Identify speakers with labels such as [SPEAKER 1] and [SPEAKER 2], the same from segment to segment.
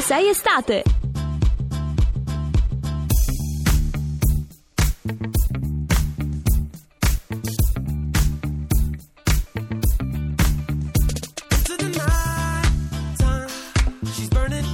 [SPEAKER 1] 6 estate.
[SPEAKER 2] Into the night time, she's burning.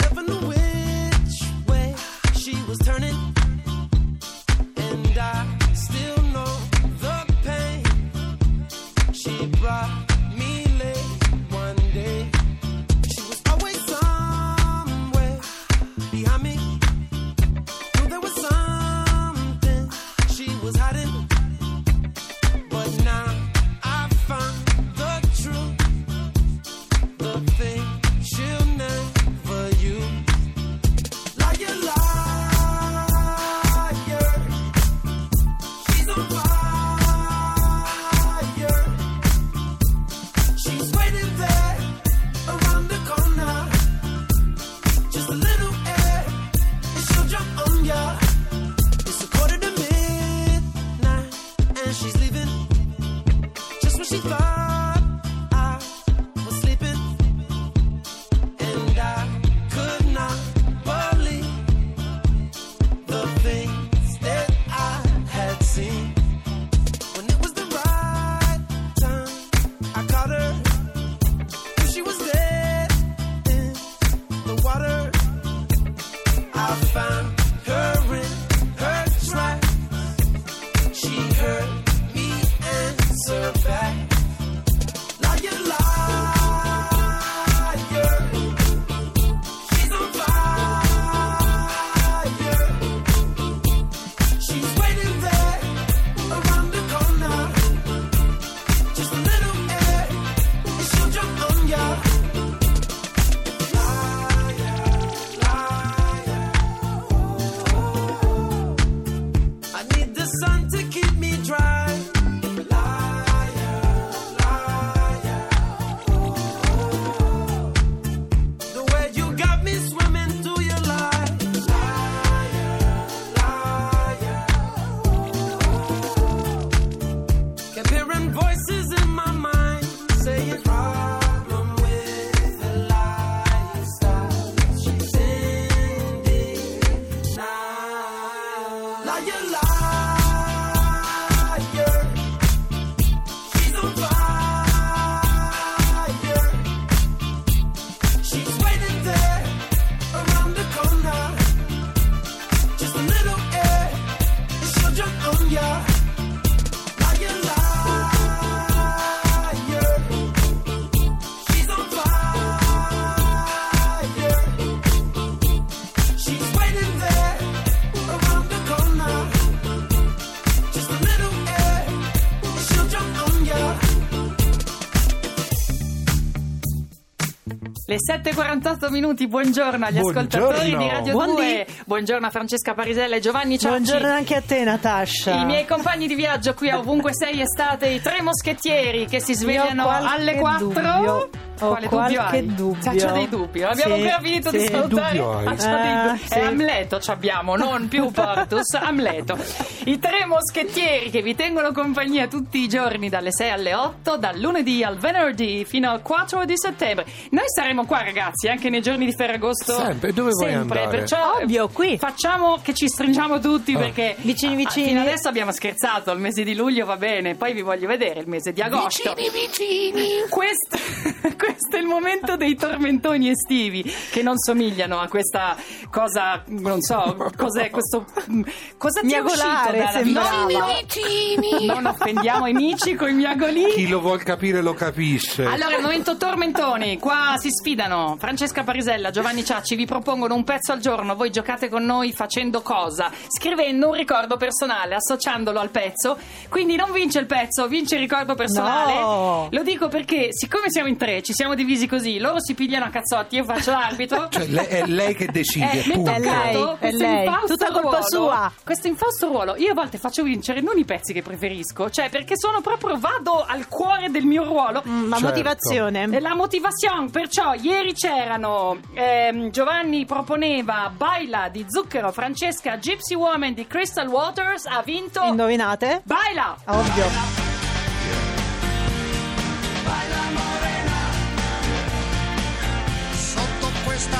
[SPEAKER 2] Never knew which way she was turning. And I still know the pain. She brought me late one day. She was always somewhere behind me. Knew there was something she was hiding. But now I found the truth, the thing she'll never use. Liar, liar, she's on fire. She's waiting there around the corner, just a little air, and she'll jump on ya. It's a quarter to midnight, and she's leaving. Just when she thought I was sleeping, and I could not believe the things that I had seen. When it was the right time, I caught her. Knew she was dead in the water. I found her in her tracks. She heard me answer back. Liar, liar. She's on fire. She's waiting there around the corner. Just a little air, and she'll jump on ya. I need the sun to keep me dry. Liar, liar. The way you got me swimming through your lies. Liar, liar. Kept hearing voices in my mind saying, Problem with the lifestyle. She's ending now. Liar, liar. She's on fire. She's waiting there around the corner. Just a little air, and she'll jump on ya. Liar, liar. She's on fire. She's waiting there around the corner. Just a little air, and she'll jump on ya.
[SPEAKER 3] Le 7.48 minuti, buongiorno agli
[SPEAKER 4] Buongiorno.
[SPEAKER 3] ascoltatori di Radio
[SPEAKER 5] Buondì.
[SPEAKER 3] 2. Buongiorno a Francesca Parisella e Giovanni Ciacci.
[SPEAKER 5] Buongiorno anche a te, Natascia.
[SPEAKER 3] I miei compagni di viaggio qui a Ovunque Sei Estate, i tre moschettieri che si svegliano
[SPEAKER 5] Io ho qualche
[SPEAKER 3] alle 4.
[SPEAKER 5] dubbio. Ho
[SPEAKER 3] Quale dubbio
[SPEAKER 5] qualche
[SPEAKER 3] hai?
[SPEAKER 5] dubbio.
[SPEAKER 3] Sa, c'ho dei dubbi, abbiamo
[SPEAKER 5] Sì,
[SPEAKER 3] capito di
[SPEAKER 5] sì. Che
[SPEAKER 3] salutare.
[SPEAKER 4] dubbio hai?
[SPEAKER 3] Ah, c'ho dei
[SPEAKER 5] Ah,
[SPEAKER 3] dubbi.
[SPEAKER 5] sì.
[SPEAKER 3] È Amleto ci abbiamo, non più Portus, Amleto. I tre moschettieri che vi tengono compagnia tutti i giorni dalle 6 alle 8, dal lunedì al venerdì fino al 4 di settembre. Noi saremo qua ragazzi, anche nei giorni di Ferragosto.
[SPEAKER 4] Sempre, dove vuoi
[SPEAKER 3] Sempre,
[SPEAKER 4] andare?
[SPEAKER 3] perciò
[SPEAKER 5] Ovvio, qui.
[SPEAKER 3] Facciamo che ci stringiamo tutti perché
[SPEAKER 5] Vicini,
[SPEAKER 3] Ah,
[SPEAKER 5] vicini.
[SPEAKER 3] Fino adesso abbiamo scherzato, il mese di luglio va bene, poi vi voglio vedere il mese di agosto. Questo, questo è il momento dei tormentoni estivi che non somigliano a questa cosa, non so, cos'è questo mm, cosa ti è uscito
[SPEAKER 5] Miagolare,
[SPEAKER 3] dalla
[SPEAKER 5] sembrava.
[SPEAKER 3] Non offendiamo i mici con i miagolini.
[SPEAKER 4] Chi lo vuol capire lo capisce.
[SPEAKER 3] Allora, il momento tormentoni, qua si sfidano Francesca Parisella, Giovanni Ciacci, vi propongono un pezzo al giorno, voi giocate con noi facendo cosa? Scrivendo un ricordo personale, associandolo al pezzo, quindi non vince il pezzo, vince il ricordo personale.
[SPEAKER 5] No.
[SPEAKER 3] Lo dico perché siccome siamo in tre, ci siamo divisi così, loro si pigliano a cazzotti, io faccio l'arbitro.
[SPEAKER 4] Cioè, lei- è lei che decide,
[SPEAKER 3] Eh, mi
[SPEAKER 4] punto.
[SPEAKER 3] tocca.
[SPEAKER 5] È lei, è
[SPEAKER 3] Questo
[SPEAKER 5] lei.
[SPEAKER 3] infausto
[SPEAKER 5] Tutta colpa
[SPEAKER 3] ruolo-
[SPEAKER 5] sua.
[SPEAKER 3] Questo infausto ruolo io a volte faccio vincere non i pezzi che preferisco, cioè perché sono proprio vado al cuore del mio ruolo
[SPEAKER 5] Mm, Ma
[SPEAKER 4] Certo.
[SPEAKER 5] motivazione.
[SPEAKER 3] eh, La motivazione, perciò, ieri c'erano ehm, Giovanni proponeva Baila di Zucchero, Francesca Gypsy Woman di Crystal Waters ha vinto
[SPEAKER 5] Indovinate?
[SPEAKER 3] Baila!
[SPEAKER 5] Ovvio.
[SPEAKER 6] sotto questo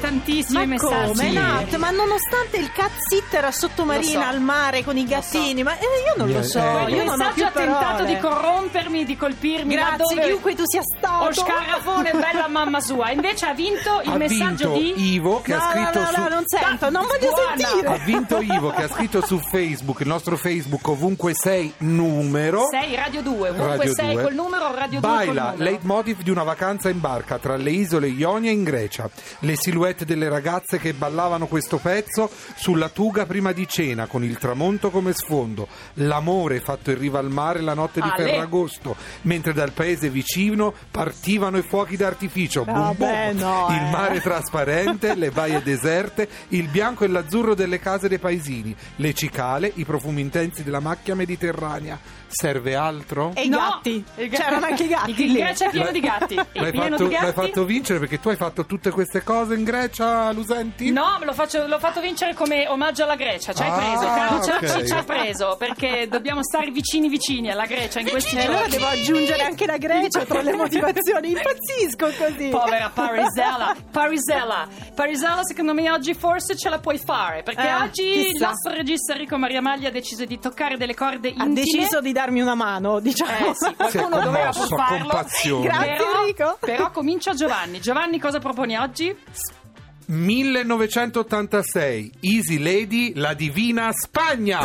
[SPEAKER 3] tantissimi
[SPEAKER 5] Ma
[SPEAKER 3] messaggi.
[SPEAKER 5] come,
[SPEAKER 4] Sì.
[SPEAKER 5] Nat? Ma nonostante il cazzit era sottomarina
[SPEAKER 3] Lo so.
[SPEAKER 5] al mare con i gattini, ma eh, io non lo
[SPEAKER 4] Eh,
[SPEAKER 5] so,
[SPEAKER 4] eh,
[SPEAKER 5] io
[SPEAKER 3] Il
[SPEAKER 5] non ho
[SPEAKER 3] messaggio
[SPEAKER 5] più
[SPEAKER 3] ha tentato
[SPEAKER 5] parole.
[SPEAKER 3] di corrompermi, di colpirmi. da
[SPEAKER 5] Grazie
[SPEAKER 3] dove...
[SPEAKER 5] chiunque tu sia stato.
[SPEAKER 3] O scarafone, bella mamma sua. Invece ha vinto il
[SPEAKER 4] ha
[SPEAKER 3] messaggio
[SPEAKER 4] vinto
[SPEAKER 3] di.
[SPEAKER 4] Ivo che
[SPEAKER 5] no,
[SPEAKER 4] ha scritto
[SPEAKER 5] no, no,
[SPEAKER 4] su
[SPEAKER 5] no, non sento, non voglio
[SPEAKER 3] Buona.
[SPEAKER 5] sentire.
[SPEAKER 4] ha vinto Ivo che ha scritto su Facebook, il nostro Facebook ovunque sei numero
[SPEAKER 3] 6 Radio 2, ovunque
[SPEAKER 4] Radio
[SPEAKER 3] 6
[SPEAKER 4] due.
[SPEAKER 3] col numero, Radio 2 col
[SPEAKER 4] Baila,
[SPEAKER 3] numero.
[SPEAKER 4] leitmotiv di una vacanza in barca tra le isole Ionia in Grecia. Le silhouette delle ragazze che ballavano questo pezzo sulla tuga prima di cena con il tramonto come sfondo. L'amore fatto in riva al mare la notte di
[SPEAKER 3] Ale.
[SPEAKER 4] Ferragosto, mentre dal paese vicino partivano i fuochi d'artificio. Bum, bum.
[SPEAKER 5] Vabbè, no,
[SPEAKER 4] il
[SPEAKER 5] eh.
[SPEAKER 4] mare trasparente, le baie deserte, il bianco e l'azzurro delle case dei paesini, le cicale, i profumi intensi della macchia mediterranea. Serve altro?
[SPEAKER 5] E i
[SPEAKER 3] No,
[SPEAKER 5] gatti?
[SPEAKER 3] i ga-
[SPEAKER 5] C'erano anche i gatti.
[SPEAKER 3] Il
[SPEAKER 5] lì.
[SPEAKER 3] Grecia è pieno di gatti. È
[SPEAKER 4] L'hai
[SPEAKER 3] pieno
[SPEAKER 4] fatto,
[SPEAKER 3] di gatti.
[SPEAKER 4] l'hai fatto vincere perché tu hai fatto tutte queste cose in Grecia, Lusenti?
[SPEAKER 3] No, me lo faccio- l'ho fatto vincere come omaggio alla Grecia. Ci hai
[SPEAKER 4] Ah,
[SPEAKER 3] preso, caro
[SPEAKER 4] ok.
[SPEAKER 3] Ciacci, ci hai preso. Perché dobbiamo stare vicini vicini alla Grecia in questi
[SPEAKER 5] E allora
[SPEAKER 3] giorni.
[SPEAKER 5] devo aggiungere anche la Grecia tra le motivazioni. Impazzisco così.
[SPEAKER 3] Povera Parisella, Parisella, Parisella secondo me oggi forse ce la puoi fare perché
[SPEAKER 5] Eh,
[SPEAKER 3] oggi il
[SPEAKER 5] chissà.
[SPEAKER 3] nostro regista Enrico Maria Maglia ha deciso di toccare delle corde
[SPEAKER 5] Ha
[SPEAKER 3] intime.
[SPEAKER 5] deciso di darmi una mano, diciamo.
[SPEAKER 3] Eh sì,
[SPEAKER 4] Si è
[SPEAKER 3] qualcuno doveva pur
[SPEAKER 4] commosso,
[SPEAKER 3] farlo.
[SPEAKER 4] compassione.
[SPEAKER 5] Grazie,
[SPEAKER 3] però,
[SPEAKER 5] Enrico.
[SPEAKER 3] Però comincia Giovanni. Giovanni cosa proponi oggi?
[SPEAKER 4] 1986, Easy Lady, la divina Spagna.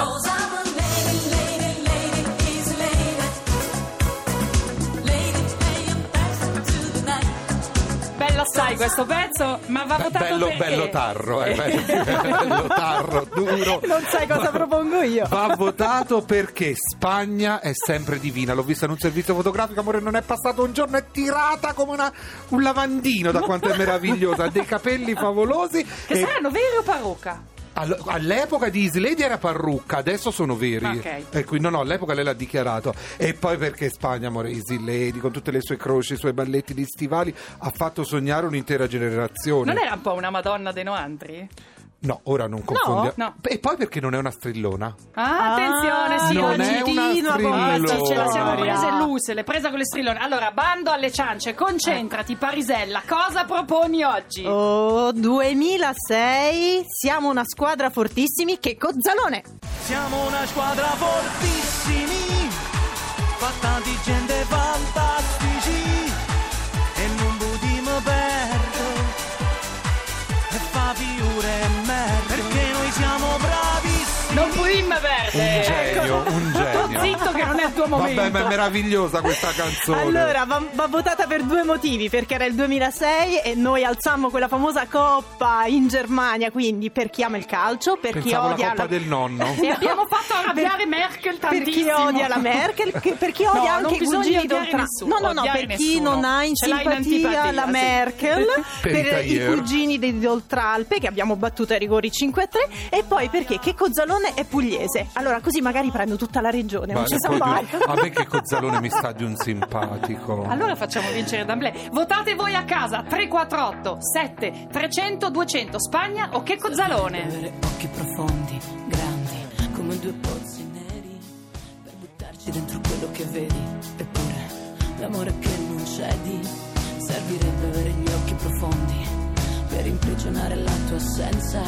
[SPEAKER 3] Bella sai questo pezzo, ma va
[SPEAKER 4] Be-
[SPEAKER 3] votato
[SPEAKER 4] bello,
[SPEAKER 3] perché?
[SPEAKER 4] bello tarro, eh, bello, bello tarro, duro.
[SPEAKER 5] Non sai cosa propongo io.
[SPEAKER 4] Va votato perché Spagna è sempre divina. L'ho vista in un servizio fotografico, amore, non è passato un giorno, è tirata come una- un lavandino da quanto è meravigliosa. Ha dei capelli favolosi.
[SPEAKER 3] Che
[SPEAKER 4] e-
[SPEAKER 3] saranno veri o parrucca?
[SPEAKER 4] All- all'epoca di Easy Lady era parrucca, adesso sono veri.
[SPEAKER 3] Ah, Ok.
[SPEAKER 4] Per cui no, no, all'epoca lei l'ha dichiarato. E poi perché Spagna, amore, Easy Lady, con tutte le sue croci, i suoi balletti di stivali, ha fatto sognare un'intera generazione.
[SPEAKER 3] Non era un po' una Madonna dei Noantri?
[SPEAKER 4] No, ora non confondiamo.
[SPEAKER 3] no.
[SPEAKER 4] E poi perché non è una strillona?
[SPEAKER 3] Ah,
[SPEAKER 5] Ah,
[SPEAKER 3] attenzione, sì,
[SPEAKER 4] non
[SPEAKER 3] oggi
[SPEAKER 4] è una
[SPEAKER 5] continua con
[SPEAKER 4] strillona.
[SPEAKER 5] questa
[SPEAKER 3] ce la siamo
[SPEAKER 5] storia.
[SPEAKER 3] prese l'use, l'è presa con le strillone. Allora, bando alle ciance, concentrati, Parisella, cosa proponi oggi?
[SPEAKER 5] Oh, 2006, siamo una squadra fortissimi che Cozzalone.
[SPEAKER 1] Siamo una squadra fortissimi, fatta di gente fantastici e non budiamo perdo e fa figure e merda perché noi siamo bravissimi.
[SPEAKER 3] Non puim
[SPEAKER 4] Un
[SPEAKER 3] verde!
[SPEAKER 4] genio,
[SPEAKER 3] Tu
[SPEAKER 4] un genio.
[SPEAKER 3] Eh, ecco. zitto che non è il tuo momento.
[SPEAKER 4] Vabbè, ma è meravigliosa questa canzone.
[SPEAKER 5] Allora, va, va votata per due motivi, perché era il 2006 e noi alzammo quella famosa coppa in Germania, quindi per chi ama il calcio, per
[SPEAKER 4] Pensavo
[SPEAKER 5] chi
[SPEAKER 4] la
[SPEAKER 5] odia
[SPEAKER 4] coppa del nonno.
[SPEAKER 3] E abbiamo fatto arrabbiare Merkel
[SPEAKER 5] Ah, per chi
[SPEAKER 3] tantissimo.
[SPEAKER 5] odia la Merkel, che- per chi
[SPEAKER 3] No,
[SPEAKER 5] odia
[SPEAKER 3] non
[SPEAKER 5] anche i
[SPEAKER 3] bisogna
[SPEAKER 5] cugini
[SPEAKER 3] odiare
[SPEAKER 5] d'oltre-
[SPEAKER 3] nessuno,
[SPEAKER 5] No, no, no,
[SPEAKER 3] odiare
[SPEAKER 5] per chi
[SPEAKER 3] nessuno.
[SPEAKER 5] non ha in
[SPEAKER 3] Ce l'hai in
[SPEAKER 5] simpatia
[SPEAKER 3] antipatia,
[SPEAKER 5] la
[SPEAKER 3] sì.
[SPEAKER 5] Merkel,
[SPEAKER 4] Per
[SPEAKER 5] per, i
[SPEAKER 4] Taglier.
[SPEAKER 5] cugini di- di Oltralpe che abbiamo battuto ai rigori 5-3 e poi perché che Cozzalone è pugliese. Allora così magari prendo tutta la regione, non
[SPEAKER 4] Vale,
[SPEAKER 5] ci sa
[SPEAKER 4] poi di-
[SPEAKER 5] mai.
[SPEAKER 4] A me che Cozzalone mi sta di un simpatico.
[SPEAKER 3] Allora facciamo vincere D'Amblè. Votate voi a casa 348 7 300 200 Spagna o che Cozzalone.
[SPEAKER 6] avere occhi profondi, grandi, come due pozzi neri, per buttarci dentro quello che vedi. Eppure, l'amore che non cedi, servirebbe avere gli occhi profondi, per imprigionare la tua assenza,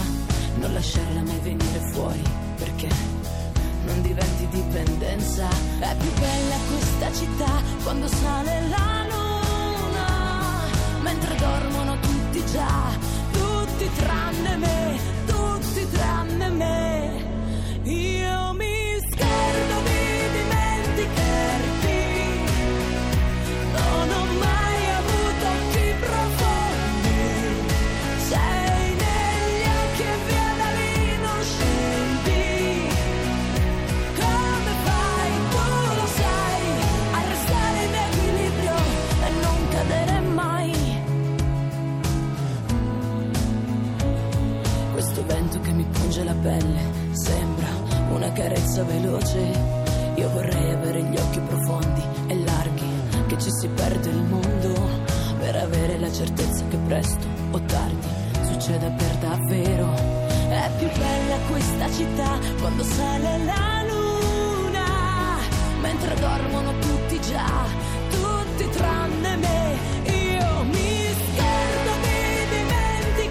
[SPEAKER 6] non lasciarla mai venire fuori, perché non diventi dipendenza. È più bella questa città quando sale la luna, mentre dormono tutti già, tutti tranne me, tutti tranne me. Io mi scherzo di dimenticarti, non ho mai avuto occhi profondi. Sei negli occhi e via da lì non scendi. Come fai, tu lo sai, a restare in equilibrio e non cadere mai. Questo vento che mi punge la pelle sembra una carezza veloce. Io vorrei avere gli occhi profondi e larghi, che ci si perde il mondo. Per avere la certezza che presto o tardi succeda per davvero. È più bella questa città quando sale la luna, mentre dormono tutti già, tutti tranne me. Io mi scherzo di dimenticarti.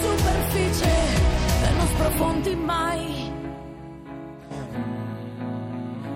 [SPEAKER 6] superficie e non sprofondi mai.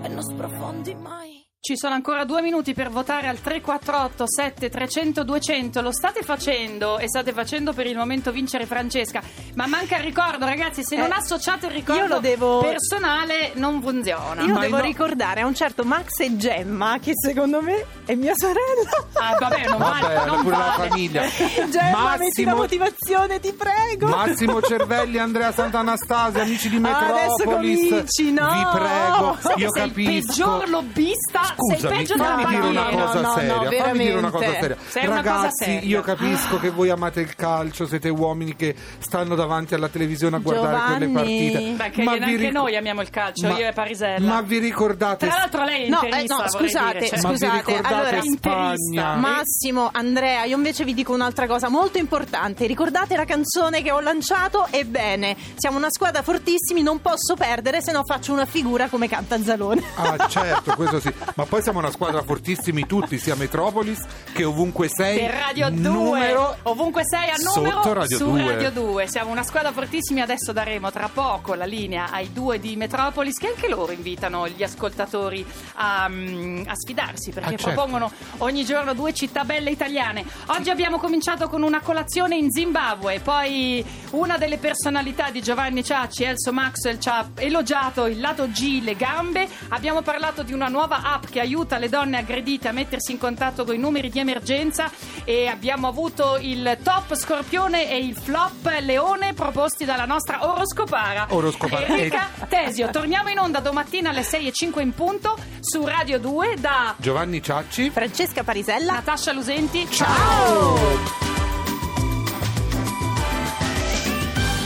[SPEAKER 6] E non sprofondi mai.
[SPEAKER 3] Ci sono ancora due minuti per votare al 348 7300 200. Lo state facendo e state facendo per il momento vincere Francesca. Ma manca il ricordo, ragazzi. Se non
[SPEAKER 5] Eh,
[SPEAKER 3] associate il ricordo
[SPEAKER 5] io lo devo-
[SPEAKER 3] personale, non funziona.
[SPEAKER 5] Io
[SPEAKER 4] Ma
[SPEAKER 5] devo
[SPEAKER 4] no.
[SPEAKER 5] ricordare a un certo Max e Gemma, che secondo me è mia sorella.
[SPEAKER 3] Ah, vabbè, non vale. non
[SPEAKER 4] Vabbè,
[SPEAKER 3] Cioè,
[SPEAKER 4] pure la
[SPEAKER 3] vale.
[SPEAKER 4] famiglia.
[SPEAKER 5] Gemma, metti la
[SPEAKER 4] Massimo-
[SPEAKER 5] motivazione, ti
[SPEAKER 3] Ecco.
[SPEAKER 5] prego.
[SPEAKER 4] Massimo Cervelli, Andrea Sant'Anastasia, amici di
[SPEAKER 5] Ah, adesso
[SPEAKER 4] Metropolis.
[SPEAKER 5] cominci, no!
[SPEAKER 4] Vi prego,
[SPEAKER 5] Sai
[SPEAKER 4] io
[SPEAKER 3] sei
[SPEAKER 4] capisco.
[SPEAKER 3] il peggior lobbista, sei
[SPEAKER 4] Scusami,
[SPEAKER 3] peggio della
[SPEAKER 4] fammi dire una
[SPEAKER 3] bandiera.
[SPEAKER 4] cosa
[SPEAKER 5] No, no,
[SPEAKER 4] seria.
[SPEAKER 5] no,
[SPEAKER 4] fammi dire una
[SPEAKER 5] veramente.
[SPEAKER 4] cosa seria.
[SPEAKER 3] Sei una
[SPEAKER 4] Ragazzi,
[SPEAKER 3] cosa seria. Ah.
[SPEAKER 4] io capisco che voi amate il calcio, siete uomini che stanno davanti alla televisione a guardare quelle
[SPEAKER 5] Giovanni.
[SPEAKER 4] partite.
[SPEAKER 3] Beh, che neanche
[SPEAKER 4] ric-
[SPEAKER 3] noi amiamo il calcio, io e Parisella.
[SPEAKER 4] Ma vi ricordate?
[SPEAKER 3] Tra l'altro lei è
[SPEAKER 5] No, eh,
[SPEAKER 3] interista,
[SPEAKER 5] no,
[SPEAKER 3] vorrei
[SPEAKER 5] scusate,
[SPEAKER 3] dire, cioè-
[SPEAKER 4] ma vi
[SPEAKER 5] Scusate,
[SPEAKER 4] ricordate
[SPEAKER 5] allora,
[SPEAKER 4] Spagna?
[SPEAKER 3] interista, ma-
[SPEAKER 5] Massimo, Andrea, io invece vi dico un'altra cosa molto importante. Ricordate la canzone che ho lanciato? Ebbene, siamo una squadra fortissimi, non posso perdere, se no faccio una figura come canta Zalone.
[SPEAKER 4] Ah certo, questo sì. Ma poi siamo una squadra fortissimi tutti, sia Metropolis che ovunque sei.
[SPEAKER 3] Per Radio 2,
[SPEAKER 4] numero
[SPEAKER 3] ovunque sei a numero
[SPEAKER 4] sotto Radio
[SPEAKER 3] su
[SPEAKER 4] 2.
[SPEAKER 3] Radio 2. Siamo una squadra fortissima, adesso daremo tra poco la linea ai due di Metropolis che anche loro invitano gli ascoltatori a, mm, a sfidarsi perché
[SPEAKER 4] Ah, certo.
[SPEAKER 3] propongono ogni giorno due città belle italiane. Oggi abbiamo cominciato con una colazione in Zimbabwe, poi una delle personalità di Giovanni Ciacci, Elso Maxwell, ci ha elogiato il lato G, le gambe. Abbiamo parlato di una nuova app che aiuta le donne aggredite a mettersi in contatto con i numeri di emergenza e abbiamo avuto il top scorpione e il flop leone proposti dalla nostra oroscopara.
[SPEAKER 4] Oroscopara.
[SPEAKER 3] Enrica Tesio, torniamo in onda domattina alle 6.05 in punto su Radio 2 da
[SPEAKER 4] Giovanni Ciacci.
[SPEAKER 5] Francesca Parisella,
[SPEAKER 3] Natascia Lusenti.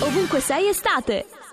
[SPEAKER 7] Ovunque sei estate.